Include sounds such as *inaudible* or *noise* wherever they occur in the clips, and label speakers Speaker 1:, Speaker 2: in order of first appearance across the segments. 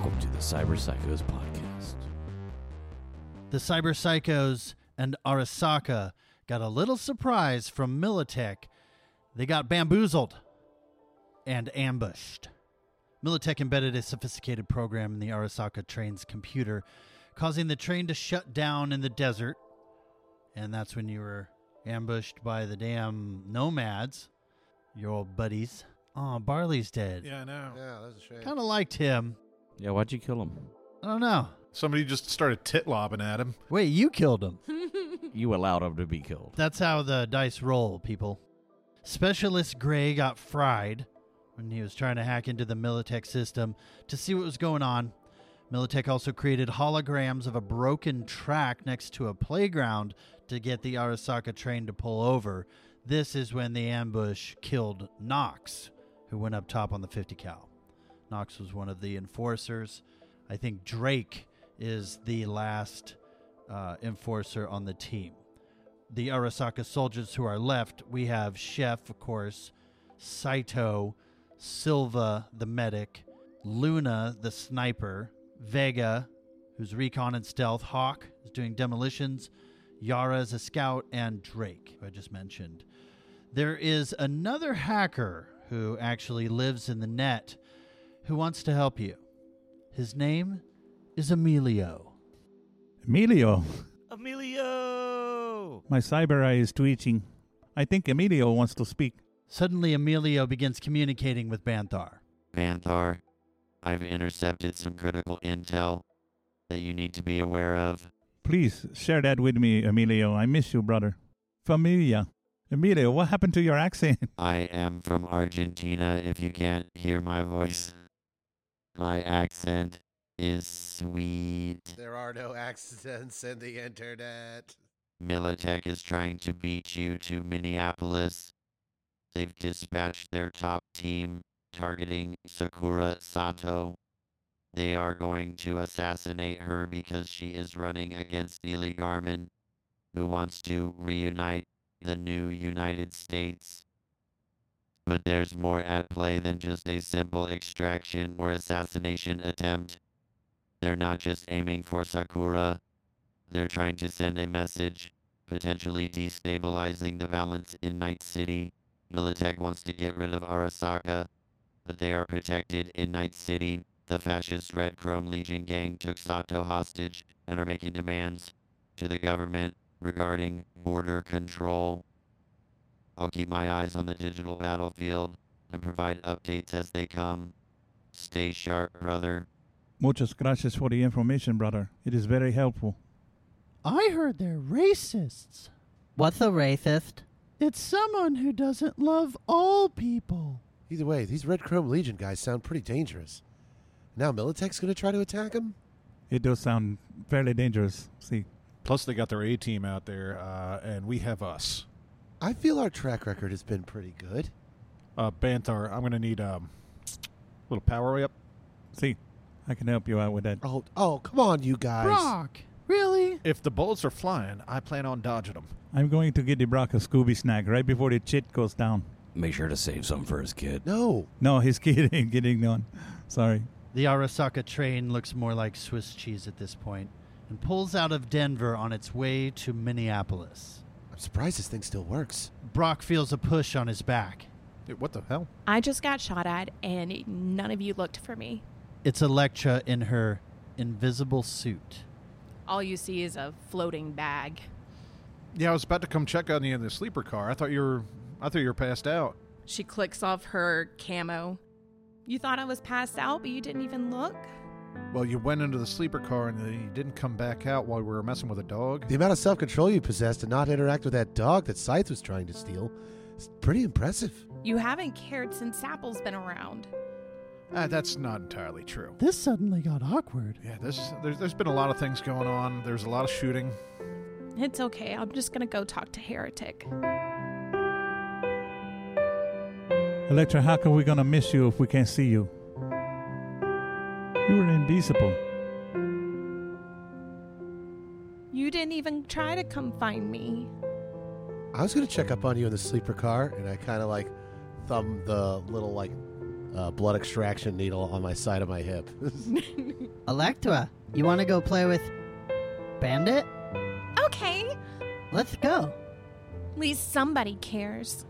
Speaker 1: Cyber Psychos podcast.
Speaker 2: The Cyber Psychos and Arasaka got a little surprise from Militech. They got bamboozled and ambushed. Militech embedded a sophisticated program in the Arasaka train's computer, causing the train to shut down in the desert. And that's when you were ambushed by the damn nomads, your old buddies. Oh, Barley's dead.
Speaker 3: Yeah, I know.
Speaker 4: Yeah, that's a shame.
Speaker 2: Kind of liked him.
Speaker 1: Yeah, why'd you kill him?
Speaker 2: I don't know.
Speaker 3: Somebody just started tit lobbing at him.
Speaker 2: Wait, you killed him.
Speaker 1: You allowed him to be killed.
Speaker 2: That's how the dice roll, people. Specialist Gray got fried when he was trying to hack into the Militech system to see what was going on. Militech also created holograms of a broken track next to a playground to get the Arasaka train to pull over. This is when the ambush killed Knox, who went up top on the 50 cal. Knox was one of the enforcers. I think Drake is the last uh, enforcer on the team. The Arasaka soldiers who are left, we have Chef, of course, Saito, Silva, the medic, Luna, the sniper, Vega, who's recon and stealth, Hawk is doing demolitions, Yara is a scout, and Drake, who I just mentioned. There is another hacker who actually lives in the net who wants to help you. His name is Emilio.
Speaker 5: Emilio,
Speaker 1: Emilio!
Speaker 5: my cyber eye is twitching. I think Emilio wants to speak.
Speaker 2: Suddenly, Emilio begins communicating with Banthar.
Speaker 6: Vanthar, I've intercepted some critical intel that you need to be aware of.
Speaker 5: Please share that with me, Emilio. I miss you, brother. Familia. Emilio, what happened to your accent? *laughs*
Speaker 6: I am from Argentina, if you can't hear my voice. My accent is sweet.
Speaker 4: There are no *laughs* accidents in the internet.
Speaker 6: Militech is trying to beat you to Minneapolis. They've dispatched their top team, targeting Sakura Sato. They are going to assassinate her because she is running against Neely Garmin, who wants to reunite the new United States. But there's more at play than just a simple extraction or assassination attempt. They're not just aiming for Sakura. They're trying to send a message, potentially destabilizing the balance in Night City. Militech wants to get rid of Arasaka, but they are protected in Night City. The fascist Red Chrome Legion gang took Sato hostage and are making demands to the government regarding border control. I'll keep my eyes on the digital battlefield and provide updates as they come. Stay sharp, brother.
Speaker 5: Muchas gracias for the information, brother. It is very helpful.
Speaker 2: I heard they're racists.
Speaker 7: What's a racist?
Speaker 2: It's someone who doesn't love all people.
Speaker 4: Either way, these Red Chrome Legion guys sound pretty dangerous. Now Militech's going to try to attack them?
Speaker 5: It does sound fairly dangerous. See,
Speaker 3: Plus, they got their A team out there, uh, and we have us.
Speaker 4: I feel our track record has been pretty good.
Speaker 3: Uh, Banthar, I'm going to need um, a little power up.
Speaker 5: see, I can help you out with that.
Speaker 4: Oh, oh, come on, you guys.
Speaker 2: Brock, really?
Speaker 3: If the bullets are flying, I plan on dodging them.
Speaker 5: I'm going to get the Brock a Scooby snack right before the chit goes down.
Speaker 1: Make sure to save some for his kid.
Speaker 4: No.
Speaker 5: No, he's *laughs* kidding. Getting on. Sorry.
Speaker 2: The Arasaka train looks more like Swiss cheese at this point and pulls out of Denver on its way to Minneapolis.
Speaker 4: I'm surprised this thing still works.
Speaker 2: Brock feels a push on his back.
Speaker 3: Dude, what the hell?
Speaker 8: I just got shot at, and none of you looked for me.
Speaker 2: It's Electra in her invisible suit.
Speaker 8: All you see is a floating bag.
Speaker 3: Yeah, I was about to come check on you in the sleeper car. I thought you were, I thought you were passed out.
Speaker 8: She clicks off her camo. You thought I was passed out, but you didn't even look?
Speaker 3: Well, you went into the sleeper car and then you didn't come back out while we were messing with a dog.
Speaker 4: The amount of self control you possess to not interact with that dog that Scythe was trying to steal is pretty impressive.
Speaker 8: You haven't cared since Sapple's been around.
Speaker 3: Ah, that's not entirely true.
Speaker 2: This suddenly got awkward.
Speaker 3: Yeah, this there's, there's been a lot of things going on. There's a lot of shooting.
Speaker 8: It's okay, I'm just gonna go talk to Heretic.
Speaker 5: Electra, how are we going to miss you if we can't see you? You were invisible.
Speaker 8: You didn't even try to come find me.
Speaker 4: I was gonna check up on you in the sleeper car, and I kind of like thumb the little like uh, blood extraction needle on my side of my hip.
Speaker 7: Electra, you want to go play with Bandit?
Speaker 8: Okay.
Speaker 7: Let's go.
Speaker 8: At least somebody cares.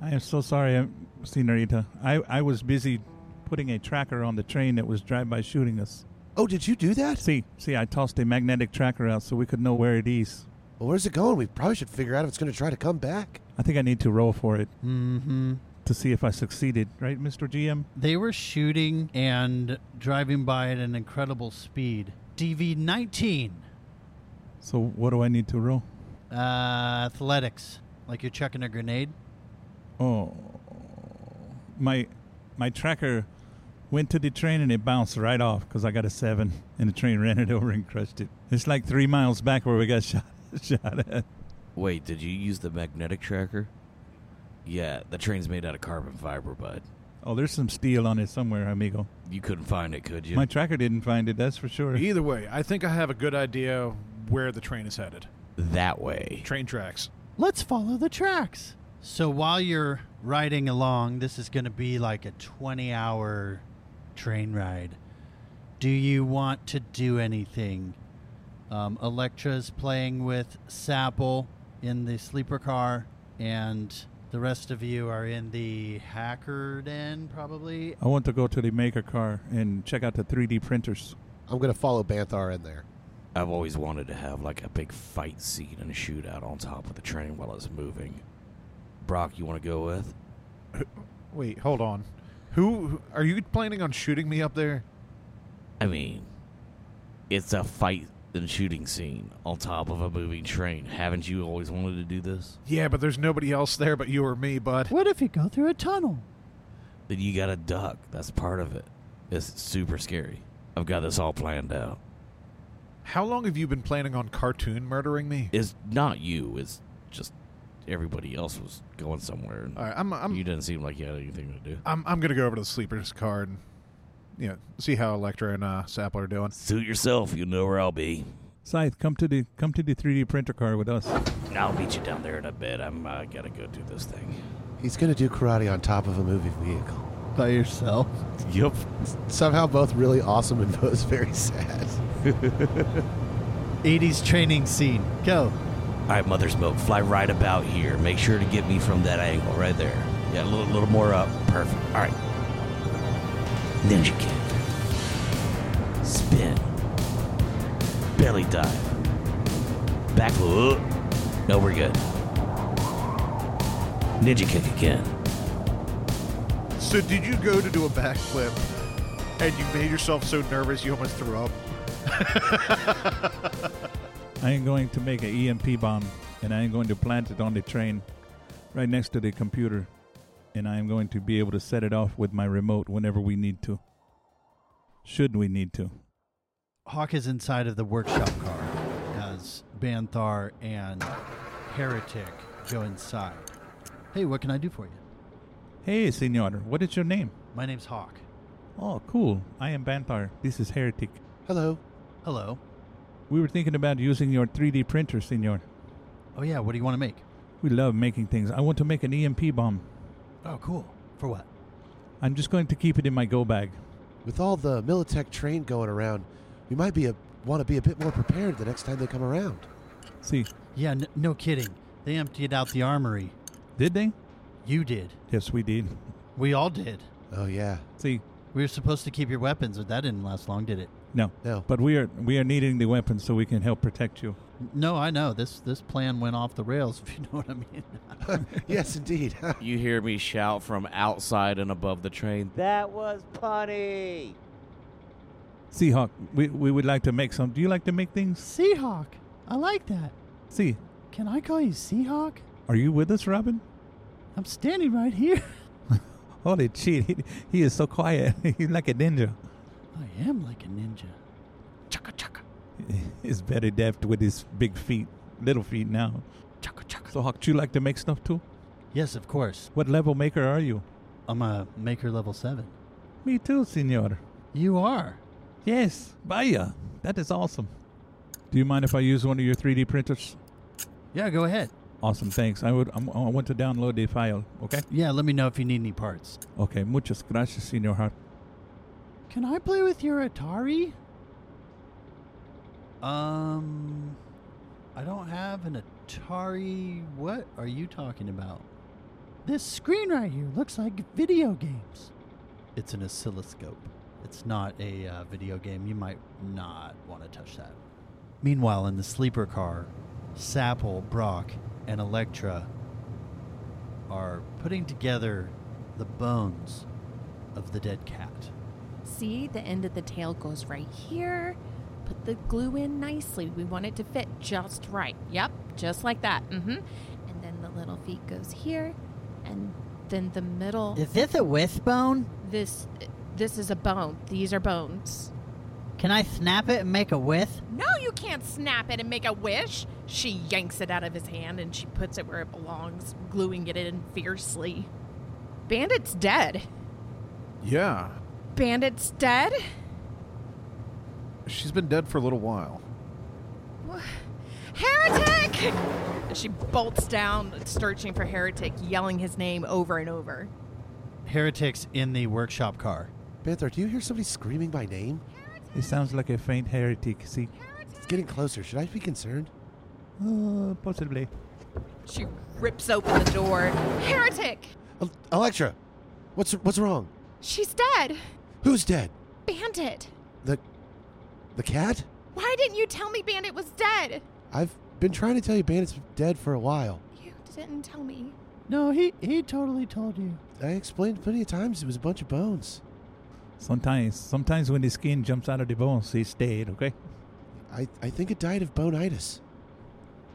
Speaker 5: I am so sorry, um, Senorita. I, I was busy putting a tracker on the train that was drive-by shooting us.
Speaker 4: oh, did you do that?
Speaker 5: See, see, I tossed a magnetic tracker out so we could know where it is.
Speaker 4: Well, where's it going? We probably should figure out if it's going to try to come back.
Speaker 5: I think I need to roll for it
Speaker 2: Mm-hmm.
Speaker 5: to see if I succeeded, right, Mr. GM?
Speaker 2: They were shooting and driving by at an incredible speed. DV 19,
Speaker 5: So what do I need to roll?
Speaker 2: uh, athletics, like you're chucking a grenade.
Speaker 5: Oh, my my tracker went to the train and it bounced right off because I got a seven and the train *laughs* ran it over and crushed it. It's like three miles back where we got *laughs* shot shot at.
Speaker 1: Wait, did you use the magnetic tracker? Yeah, the train's made out of carbon fiber, bud.
Speaker 5: Oh, there's some steel on it somewhere, amigo.
Speaker 1: You couldn't find it, could you?
Speaker 5: My tracker didn't find it. That's for sure.
Speaker 3: Either way, I think I have a good idea where the train is headed.
Speaker 1: that way.
Speaker 3: Train tracks.
Speaker 2: Let's follow the tracks. So while you're riding along, this is going to be like a 20 hour train ride. Do you want to do anything? Um, Electra's playing with Sapple in the sleeper car, and the rest of you are in the hacker den, probably.
Speaker 5: I want to go to the maker car and check out the 3D printers.
Speaker 4: I'm going to follow Banthar in there.
Speaker 1: I've always wanted to have like a big fight scene and a shootout on top of the train while it's moving. Brock, you want to go with?
Speaker 3: Wait, hold on. Who who- are you planning on shooting me up there?
Speaker 1: I mean, it's a fight and shooting scene on top of a moving train. Haven't you always wanted to do this?
Speaker 3: Yeah, but there's nobody else there but you or me, bud.
Speaker 2: What if you go through a tunnel?
Speaker 1: Then you gotta duck. That's part of it. It's super scary. I've got this all planned out.
Speaker 3: How long have you been planning on cartoon murdering me?
Speaker 1: It's not you. It's just everybody else was going somewhere. And
Speaker 3: All right, I'm I'm
Speaker 1: you didn't seem like you had anything to do.
Speaker 3: I'm I'm gonna go over to the sleeper's car and you know see how Electra and uh, Sapple are doing.
Speaker 1: Suit yourself. You know where I'll be.
Speaker 5: Scythe, come to the come to the 3D printer car with us.
Speaker 1: I'll meet you down there in a bit. I'm uh, gotta go do this thing.
Speaker 4: He's going to do karate on top of a moving vehicle.
Speaker 2: By yourself?
Speaker 1: Yup.
Speaker 4: Somehow, both really awesome and *laughs* both very sad.
Speaker 2: 80s training scene. Go.
Speaker 1: All right, Mother Smoke, fly right about here. Make sure to get me from that angle right there. Yeah, a little, little more up. Perfect. All right. Ninja kick. Spin. Belly dive. Back flip. No, we're good. Ninja kick again.
Speaker 3: So did you go to do a backflip and you made yourself so nervous you almost threw up?
Speaker 5: I am going to make an EMP bomb and I am going to plant it on the train right next to the computer. And I am going to be able to set it off with my remote whenever we need to. Should we need to?
Speaker 2: Hawk is inside of the workshop car as Banthar and Heretic go inside. Hey, what can I do for you?
Speaker 5: Hey, senor, what is your name?
Speaker 2: My name's Hawk.
Speaker 5: Oh, cool. I am Bantar. This is Heretic.
Speaker 4: Hello.
Speaker 2: Hello.
Speaker 5: We were thinking about using your 3D printer, senor.
Speaker 2: Oh, yeah, what do you want to make?
Speaker 5: We love making things. I want to make an EMP bomb.
Speaker 2: Oh, cool. For what?
Speaker 5: I'm just going to keep it in my go bag.
Speaker 4: With all the Militech train going around, we might be a, want to be a bit more prepared the next time they come around.
Speaker 5: See,
Speaker 2: Yeah, n- no kidding. They emptied out the armory.
Speaker 5: did they?
Speaker 2: You did.
Speaker 5: Yes, we did.
Speaker 2: We all did.
Speaker 4: Oh yeah.
Speaker 5: See,
Speaker 2: We were supposed to keep your weapons, but that didn't last long, did it?
Speaker 5: no.
Speaker 4: No.
Speaker 5: But we are we are needing the weapons so we can help protect you.
Speaker 2: N- No, I know. This this plan went off the rails, *laughs* if you know what I mean.
Speaker 4: yes, indeed. *laughs*
Speaker 1: You hear me shout from outside and above the train. That was funny.
Speaker 5: See, Hawk, we, we would like to make some. Do you like to make things?
Speaker 2: Seahawk. I like that.
Speaker 5: See,
Speaker 2: Can I call you Seahawk?
Speaker 5: are you with us, Robin?
Speaker 2: I'm standing right here. *laughs*
Speaker 5: Holy shit, he, he is so quiet. *laughs* He's like a ninja.
Speaker 2: I am like a ninja. Chaka chaka.
Speaker 5: He's very deft with his big feet, little feet now.
Speaker 2: Chaka chaka.
Speaker 5: So, Hawk, do you like to make stuff too?
Speaker 2: Yes, of course.
Speaker 5: What level maker are you?
Speaker 2: I'm a maker level 7.
Speaker 5: Me too, senor.
Speaker 2: You are.
Speaker 5: Yes, vaya. That is awesome. Do you mind if I use one of your 3D printers?
Speaker 2: Yeah, go ahead.
Speaker 5: Awesome, thanks. I would. I'm, I want to download the file. Okay.
Speaker 2: Yeah, let me know if you need any parts.
Speaker 5: Okay. Muchas gracias, Senor Hart.
Speaker 2: Can I play with your Atari? Um, I don't have an Atari. What are you talking about? This screen right here looks like video games. It's an oscilloscope. It's not a uh, video game. You might not want to touch that. Meanwhile, in the sleeper car, Sapple, Brock, and Electra are putting together the bones of the dead cat.
Speaker 8: See, the end of the tail goes right here. Put the glue in nicely. We want it to fit just right. Yep, just like that. Mm hmm. And then the little feet goes here. And then the middle.
Speaker 7: Is this a wrist bone?
Speaker 8: This this is a bone. These are bones.
Speaker 7: Can I snap it and make a wrist?
Speaker 8: No, you can't snap it and make a wish. She yanks it out of his hand and she puts it where it belongs, gluing it in fiercely. Bandit's dead.
Speaker 3: Yeah.
Speaker 8: Bandit's dead?
Speaker 3: She's been dead for a little while.
Speaker 8: Heretic! And she bolts down, searching for Heretic, yelling his name over and over.
Speaker 2: Heretics in the workshop car.
Speaker 4: Panther, do you hear somebody screaming by name?
Speaker 5: It sounds like a faint heretic. See,
Speaker 4: It's getting closer. Should I be concerned?
Speaker 5: uh, possibly.
Speaker 8: She rips open the door. Heretic!
Speaker 4: El- Electra, what's what's wrong?
Speaker 8: She's dead!
Speaker 4: Who's dead?
Speaker 8: Bandit!
Speaker 4: The the cat?
Speaker 8: Why didn't you tell me Bandit was dead?
Speaker 4: I've been trying to tell you Bandit's dead for a while.
Speaker 8: You didn't tell me.
Speaker 2: No, he, he totally told you.
Speaker 4: I explained plenty of times it was a bunch of bones.
Speaker 5: Sometimes, sometimes when the skin jumps out of the bones, it's dead. Okay.
Speaker 4: I, I think it died of boneitis.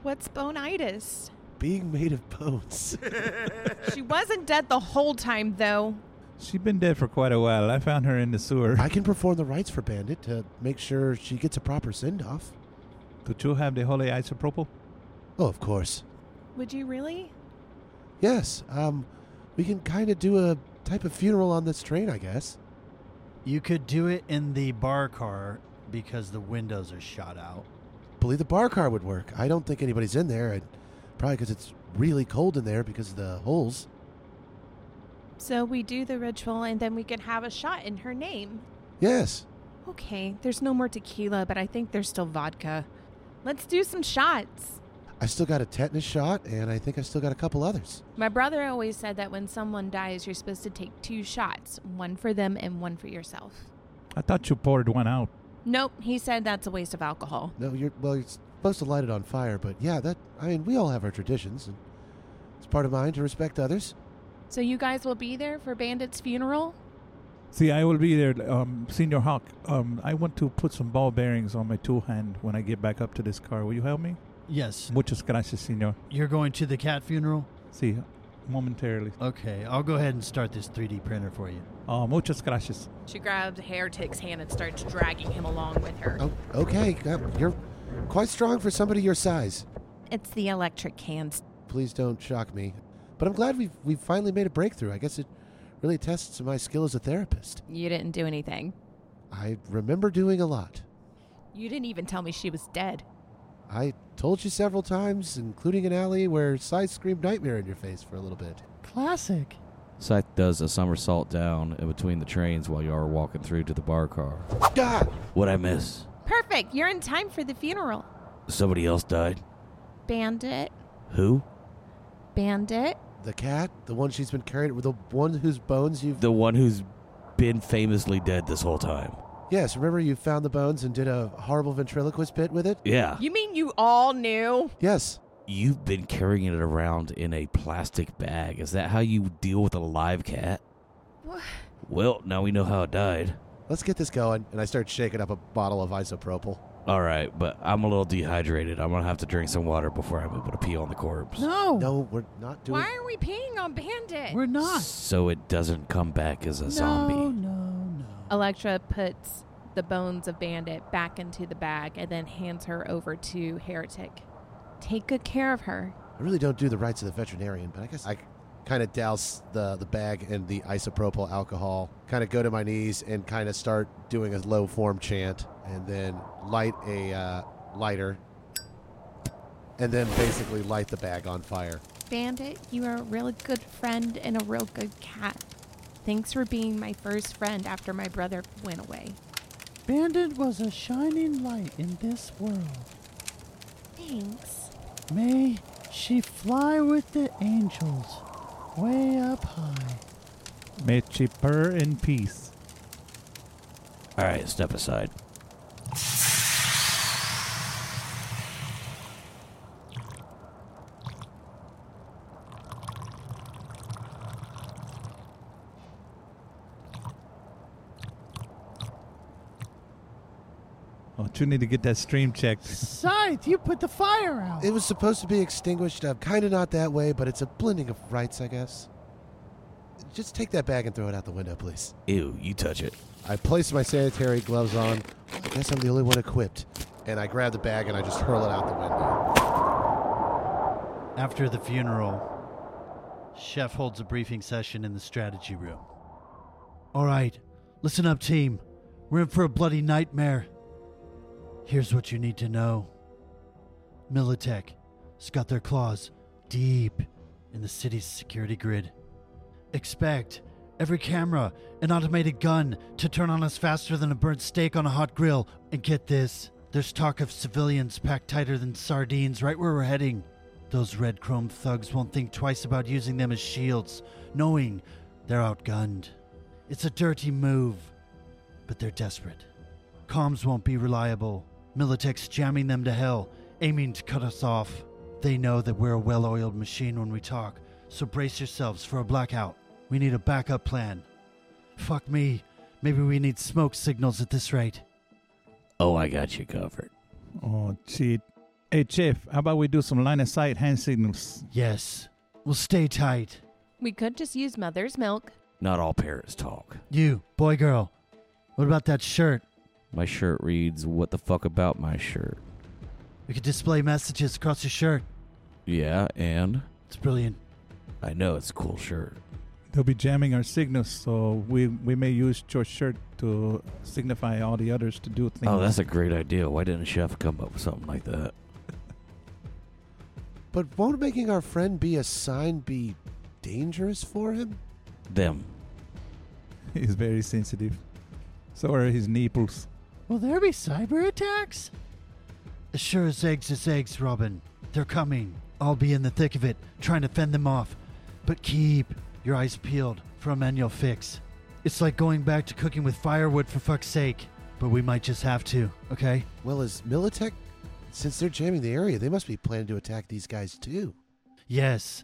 Speaker 8: What's bonitis?
Speaker 4: Being made of *laughs* bones.
Speaker 8: she wasn't dead the whole time, though.
Speaker 5: She's been dead for quite a while. I found her in the sewer.
Speaker 4: I can perform the rites for Bandit to make sure she gets a proper send off.
Speaker 5: Did you have the holy isopropyl?
Speaker 4: Oh, of course.
Speaker 8: Would you really?
Speaker 4: Yes, um, we can kind of do a type of funeral on this train, I guess.
Speaker 2: You could do it in the bar car because the windows are shot out.
Speaker 4: Believe the bar car would work. I don't think anybody's in there, and probably because it's really cold in there because of the holes.
Speaker 8: So we do the ritual and then we can have a shot in her name.
Speaker 4: Yes,
Speaker 8: Okay, there's no more tequila, but I think there's still vodka. Let's do some shots.
Speaker 4: I still got a tetanus shot, and I think I still got a couple others.
Speaker 8: My brother always said that when someone dies, you're supposed to take two shots one for them and one for yourself.
Speaker 5: I thought you poured one out.
Speaker 8: Nope, he said that's a waste of alcohol.
Speaker 4: No, you're well. You're supposed to light it on fire, but yeah, that. I mean, we all have our traditions, and it's part of mine to respect others.
Speaker 8: So you guys will be there for Bandit's funeral?
Speaker 5: See, I will be there, um, Senior Hawk. Um, I want to put some ball bearings on my tool hand when I get back up to this car. Will you help me?
Speaker 2: Yes.
Speaker 5: Muchas gracias, Senor.
Speaker 2: You're going to the cat funeral?
Speaker 5: See, momentarily.
Speaker 2: Okay, I'll go ahead and start this 3D printer for you.
Speaker 5: Oh, muchas gracias.
Speaker 8: She grabs Heretic's hand and starts dragging him along with her.
Speaker 4: Oh, okay. uh, You're quite strong for somebody your size.
Speaker 8: It's the electric cans.
Speaker 4: Please don't shock me, but I'm glad we've we've finally made a breakthrough. I guess it really tests my skill as a therapist.
Speaker 8: You didn't do anything.
Speaker 4: I remember doing a lot.
Speaker 8: You didn't even tell me she was dead.
Speaker 4: I told you several times, including an alley where Scythe screamed nightmare in your face for a little bit.
Speaker 2: Classic.
Speaker 1: Scythe does a somersault down in between the trains while y'all are walking through to the bar car.
Speaker 4: Ah!
Speaker 1: What I miss?
Speaker 8: Perfect, you're in time for the funeral.
Speaker 1: Somebody else died?
Speaker 8: Bandit,
Speaker 1: Who?
Speaker 8: bandit.
Speaker 4: The cat, the one she's been carrying, the one whose bones you've.
Speaker 1: The one who's been famously dead this whole time.
Speaker 4: Yes, remember you found the bones and did a horrible ventriloquist bit with it?
Speaker 1: Yeah.
Speaker 8: You mean you all knew?
Speaker 4: Yes.
Speaker 1: You've been carrying it around in a plastic bag. Is that how you deal with a live cat?
Speaker 8: Wha-
Speaker 1: Well, now we know how it died.
Speaker 4: Let's get this going. And I start shaking up a bottle of isopropyl.
Speaker 1: All right, but I'm a little dehydrated. I'm going to have to drink some water before I'm able to pee on the corpse.
Speaker 2: No,
Speaker 4: No, we're not doing.
Speaker 8: Why are we peeing on Bandit?
Speaker 2: we're not.
Speaker 1: So it doesn't come back as a
Speaker 2: No,
Speaker 1: zombie.
Speaker 2: no, no.
Speaker 8: Electra puts the bones of Bandit back into the bag and then hands her over to Heretic. Take good care of her.
Speaker 4: I really don't do the rights of the veterinarian, but I guess I kind of douse the, the bag in the isopropyl alcohol, kind of go to my knees and kind of start doing a low form chant, and then light a uh, lighter and then basically light the bag on fire.
Speaker 8: Bandit, you are a real good friend and a real good cat. Thanks for being my first friend after my brother went away.
Speaker 2: Bandit was a shining light in this world.
Speaker 8: Thanks.
Speaker 2: May she fly with the angels way up high.
Speaker 5: May she purr in peace.
Speaker 1: All right, step aside.
Speaker 5: Oh, you need to get that stream checked.
Speaker 1: *laughs*
Speaker 2: Scythe, you put the fire out.
Speaker 4: It was supposed to be extinguished. Uh, kind of not that way, but it's a blending of rights, I guess. Just take that bag and throw it out the window, please.
Speaker 1: Ew, you touch it.
Speaker 4: I place my sanitary gloves on. I guess I'm the only one equipped. And I grab the bag and I just hurl it out the window.
Speaker 2: After the funeral, Chef holds a briefing session in the strategy room. All right, listen up, team. We're in for a bloody nightmare. Here's what you need to know Militech has got their claws deep in the city's security grid. Expect every camera and automated gun to turn on us faster than a burnt steak on a hot grill. And get this there's talk of civilians packed tighter than sardines right where we're heading. Those red chrome thugs won't think twice about using them as shields, knowing they're outgunned. It's a dirty move, but they're desperate. Comms won't be reliable. Militech's jamming them to hell, aiming to cut us off. They know that we're a well oiled machine when we talk, so brace yourselves for a blackout. We need a backup plan. Fuck me. Maybe we need smoke signals at this rate.
Speaker 1: Oh, I got you covered.
Speaker 5: Oh, cheat. Hey, Chief, how about we do some line of sight hand signals?
Speaker 2: Yes. Well, stay tight.
Speaker 8: We could just use mother's milk.
Speaker 1: Not all parents talk.
Speaker 2: You, boy girl, what about that shirt?
Speaker 1: My shirt reads, What the fuck about my shirt?
Speaker 2: We could display messages across your shirt.
Speaker 1: Yeah, and
Speaker 2: It's brilliant.
Speaker 1: I know it's a cool shirt.
Speaker 5: They'll be jamming our signals, so we, we may use your shirt to signify all the others to do things.
Speaker 1: Oh, that's a great idea. Why didn't Chef come up with something like that?
Speaker 4: But won't making our friend be a sign be dangerous for him?
Speaker 1: Them.
Speaker 5: *laughs* He's very sensitive. So are his nipples.
Speaker 2: Will there be cyber attacks? As sure as eggs is eggs, Robin. They're coming. I'll be in the thick of it, trying to fend them off. But keep your eyes peeled for a manual fix. It's like going back to cooking with firewood for fuck's sake. But we might just have to, okay?
Speaker 4: Well, is Militech, since they're jamming the area, they must be planning to attack these guys too.
Speaker 2: Yes.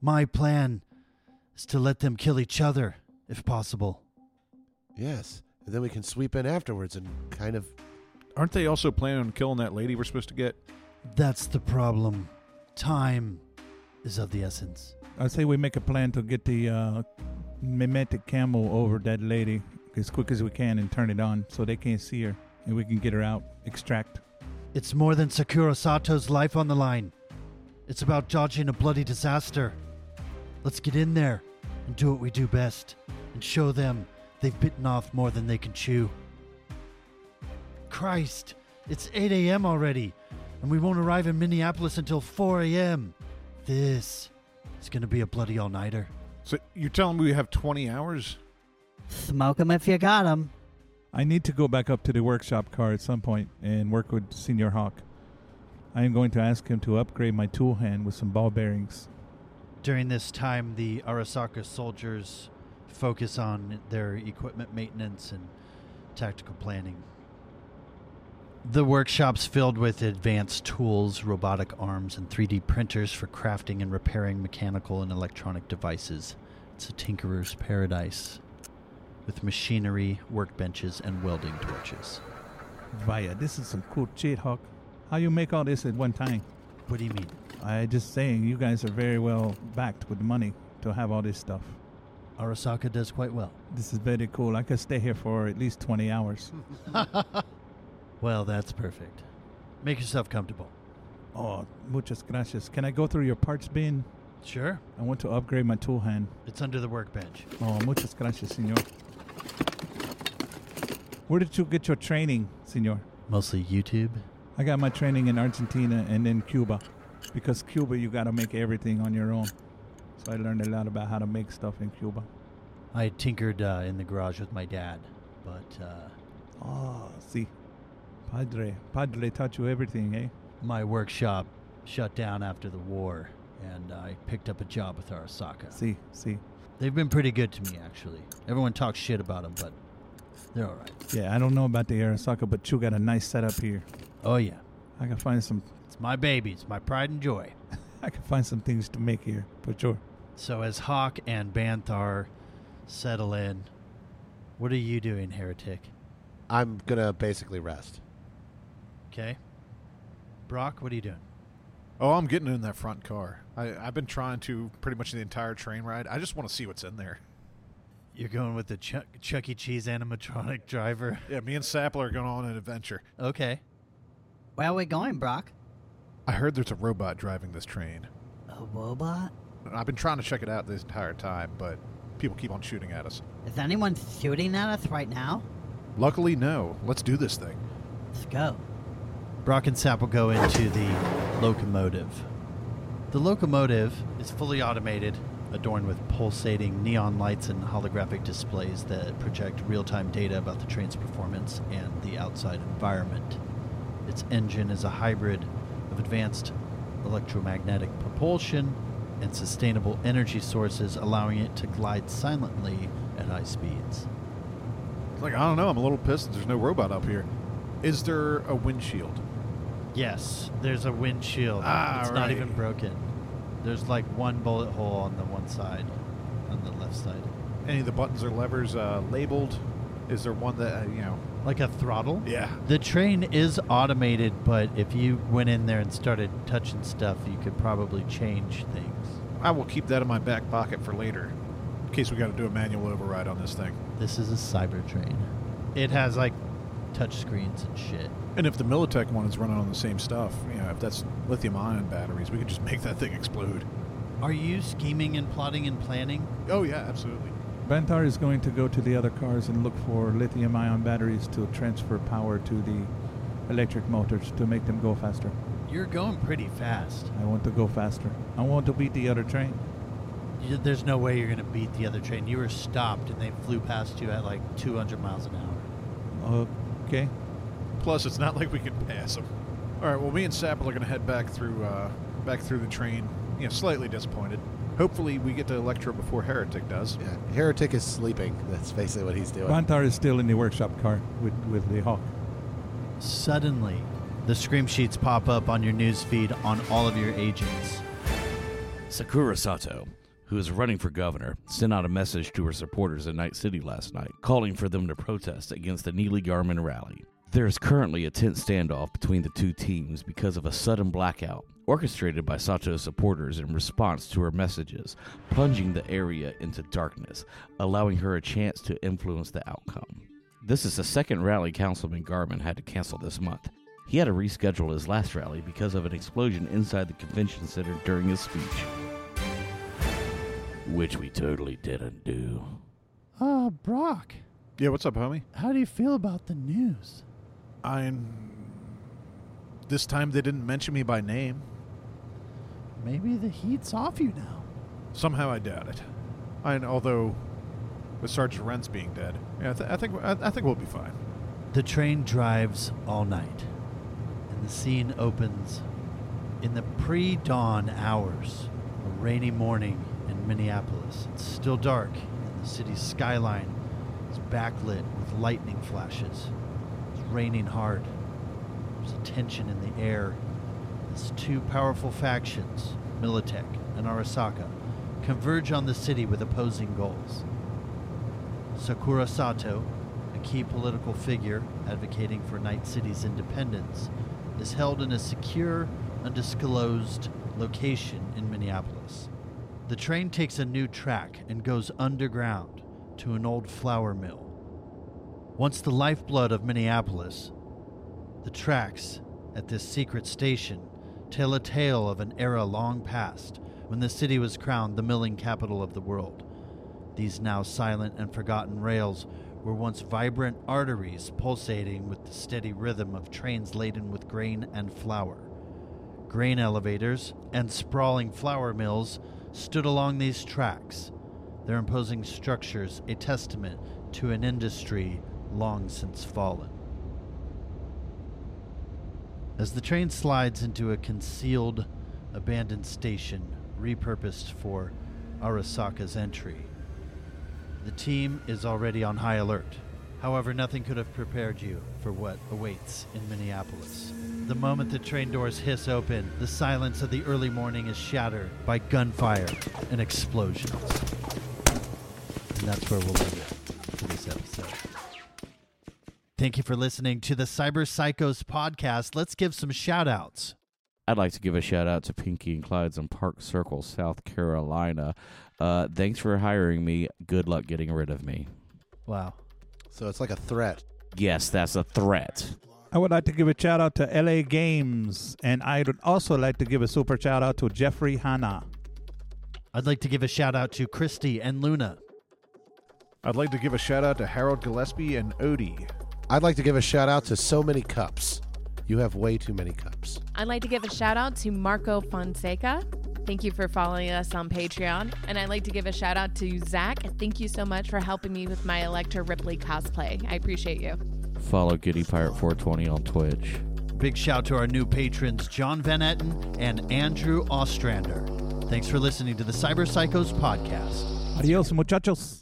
Speaker 2: My plan is to let them kill each other, if possible.
Speaker 4: Yes. And then we can sweep in afterwards and kind of.
Speaker 3: Aren't they also planning on killing that lady we're supposed to get?
Speaker 2: That's the problem. Time is of the essence.
Speaker 5: I say we make a plan to get the uh, mimetic camo over that lady as quick as we can and turn it on so they can't see her and we can get her out, extract.
Speaker 2: It's more than Sakura Sato's life on the line. It's about dodging a bloody disaster. Let's get in there and do what we do best and show them they've bitten off more than they can chew. Christ, it's 8 a.m. already, and we won't arrive in Minneapolis until 4 a.m. This is going to be a bloody all nighter.
Speaker 3: So you're telling me we have 20 hours?
Speaker 7: Smoke 'em if you got 'em.
Speaker 5: I need to go back up to the workshop car at some point and work with Senior Hawk. I am going to ask him to upgrade my tool hand with some ball bearings.
Speaker 2: During this time, the Arasaka soldiers focus on their equipment maintenance and tactical planning. The workshop's filled with advanced tools, robotic arms, and 3D printers for crafting and repairing mechanical and electronic devices. It's a tinkerer's paradise with machinery, workbenches, and welding torches.
Speaker 5: Vaya, this is some cool shit, Hawk. How you make all this at one time?
Speaker 2: What do you mean?
Speaker 5: I just saying, you guys are very well backed with money to have all this stuff.
Speaker 2: Arasaka does quite well.
Speaker 5: This is very cool. I could stay here for at least 20 hours.
Speaker 2: Well, that's perfect. Make yourself comfortable.
Speaker 5: Oh, muchas gracias. Can I go through your parts bin?
Speaker 2: Sure.
Speaker 5: I want to upgrade my tool hand.
Speaker 2: It's under the workbench.
Speaker 5: Oh, muchas gracias, senor. Where did you get your training, senor?
Speaker 2: Mostly YouTube.
Speaker 5: I got my training in Argentina and then Cuba, because Cuba you got to make everything on your own. So I learned a lot about how to make stuff in Cuba.
Speaker 2: I tinkered uh, in the garage with my dad, but uh,
Speaker 5: Oh, see, Padre, Padre taught you everything, eh?
Speaker 2: my workshop shut down after the war, and I picked up a job with Arasaka.
Speaker 5: See, see.
Speaker 2: They've been pretty good to me, actually. Everyone talks shit about them, but they're all right.
Speaker 5: Yeah, I don't know about the Arasaka, but you got a nice setup here.
Speaker 2: Oh yeah,
Speaker 5: I can find some.
Speaker 2: it's my baby. It's my pride and joy.
Speaker 5: I can find some things to make here for sure.
Speaker 2: So as Hawk and Banthar settle in, what are you doing, heretic?
Speaker 4: I'm gonna basically rest.
Speaker 2: Okay. Brock, what are you doing?
Speaker 3: Oh, I'm getting in that front car. I, I've been trying to pretty much the entire train ride. I just want to see what's in there.
Speaker 2: You're going with the Chuck, Chuck E. Cheese animatronic driver.
Speaker 3: Yeah, me and Sapler are going on an adventure.
Speaker 2: Okay.
Speaker 7: Where are we going, Brock?
Speaker 3: I heard there's a robot driving this train.
Speaker 7: A robot?
Speaker 3: I've been trying to check it out this entire time, but people keep on shooting at us.
Speaker 7: Is anyone shooting at us right now?
Speaker 3: Luckily, no. Let's do this thing.
Speaker 7: Let's go.
Speaker 2: Brock and Sap will go into the locomotive. The locomotive is fully automated, adorned with pulsating neon lights and holographic displays that project real time data about the train's performance and the outside environment. Its engine is a hybrid of advanced electromagnetic propulsion and sustainable energy sources, allowing it to glide silently at high speeds.
Speaker 3: It's like, I don't know. I'm a little pissed that there's no robot up here. Is there a windshield?
Speaker 2: Yes, there's a windshield.
Speaker 3: Ah,
Speaker 2: it's not
Speaker 3: right.
Speaker 2: even broken. There's like one bullet hole on the one side, on the left side.
Speaker 3: Any of the buttons or levers uh, labeled? Is there one that, uh, you know?
Speaker 2: Like a throttle?
Speaker 3: Yeah.
Speaker 2: The train is automated, but if you went in there and started touching stuff, you could probably change things.
Speaker 3: I will keep that in my back pocket for later in case we got to do a manual override on this thing.
Speaker 2: This is a cyber train. It has like touch screens and shit.
Speaker 3: And if the Militech one is running on the same stuff, you know, if that's lithium ion batteries, we could just *laughs* make that thing explode.
Speaker 2: Are you scheming and plotting and planning?
Speaker 3: Oh, yeah, absolutely.
Speaker 5: Bantar is going to go to the other cars and look for lithium ion batteries to transfer power to the electric motors to make them go faster.
Speaker 2: You're going pretty fast.
Speaker 5: I want to go faster. I want to beat the other train.
Speaker 2: You, there's no way you're going to beat the other train. You were stopped and they flew past you at like 200 miles an hour.
Speaker 5: Okay.
Speaker 3: Plus, it's not like we can pass them. All right. Well, me and Sapple are going to head back through, uh, back through the train. You know, slightly disappointed. Hopefully, we get to Electra before Heretic does.
Speaker 4: Yeah. Heretic is sleeping. That's basically what he's doing.
Speaker 5: Bantar is still in the workshop car with, with the Hawk.
Speaker 2: Suddenly, the scream sheets pop up on your news feed on all of your agents.
Speaker 1: Sakura Sato, who is running for governor, sent out a message to her supporters in Night City last night, calling for them to protest against the Neely Garmin rally. There is currently a tense standoff between the two teams because of a sudden blackout orchestrated by Sato's supporters in response to her messages, plunging the area into darkness, allowing her a chance to influence the outcome. This is the second rally Councilman Garmin had to cancel this month. He had to reschedule his last rally because of an explosion inside the convention center during his speech which we totally didn't do.
Speaker 2: Ah, Brock,
Speaker 3: Yeah. What's up, homie?
Speaker 2: how do you feel about the news?
Speaker 3: I'm. This time they didn't mention me by name.
Speaker 2: Maybe the heat's off you now.
Speaker 3: Somehow I doubt it. And although, with Sergeant Rentz being dead, yeah, I, th- I think I, I think we'll be fine.
Speaker 2: The train drives all night, and the scene opens in the pre dawn hours, a rainy morning in Minneapolis. It's still dark, and the city's skyline is backlit with lightning flashes. It's raining hard. There's a tension in the air as two powerful factions, Militech and Arasaka, converge on the city with opposing goals. Sakura Sato, a key political figure advocating for Night City's independence, is held in a secure, undisclosed location in Minneapolis. The train takes a new track and goes underground to an old flour mill. Once the lifeblood of Minneapolis, the tracks at this secret station tell a tale of an era long past when the city was crowned the milling capital of the world. These now silent and forgotten rails were once vibrant arteries pulsating with the steady rhythm of trains laden with grain and flour. Grain elevators and sprawling flour mills stood along these tracks, their imposing structures a testament to an industry long since fallen. As the train slides into a concealed, abandoned station repurposed for Arasaka's entry, the team is already on high alert. However, nothing could have prepared you for what awaits in Minneapolis. The moment the train doors hiss open, the silence of the early morning is shattered by gunfire and explosions. And that's where we'll leave it for this episode. Thank you for listening to the Cyber Psychos podcast. Let's give some shout outs.
Speaker 9: I'd like to give a shout out to Pinky and Clyde's in Park Circle, South Carolina. Uh, thanks for hiring me. Good luck getting rid of me.
Speaker 2: Wow.
Speaker 4: So it's like a threat.
Speaker 9: Yes, that's a threat.
Speaker 5: I would like to give a shout out to LA Games, and I would also like to give a super shout out to Jeffrey Hanna.
Speaker 2: I'd like to give a shout out to Christy and Luna.
Speaker 3: I'd like to give a shout out to Harold Gillespie and Odie.
Speaker 4: I'd like to give a shout out to so many cups. You have way too many cups.
Speaker 8: I'd like to give a shout out to Marco Fonseca. Thank you for following us on Patreon. And I'd like to give a shout out to Zach. And thank you so much for helping me with my Electra Ripley cosplay. I appreciate you.
Speaker 9: Follow Giddy Pirate 420 on Twitch.
Speaker 2: Big shout to our new patrons, John Van Etten and Andrew Ostrander. Thanks for listening to the Cyber Psychos podcast.
Speaker 5: Adios, muchachos.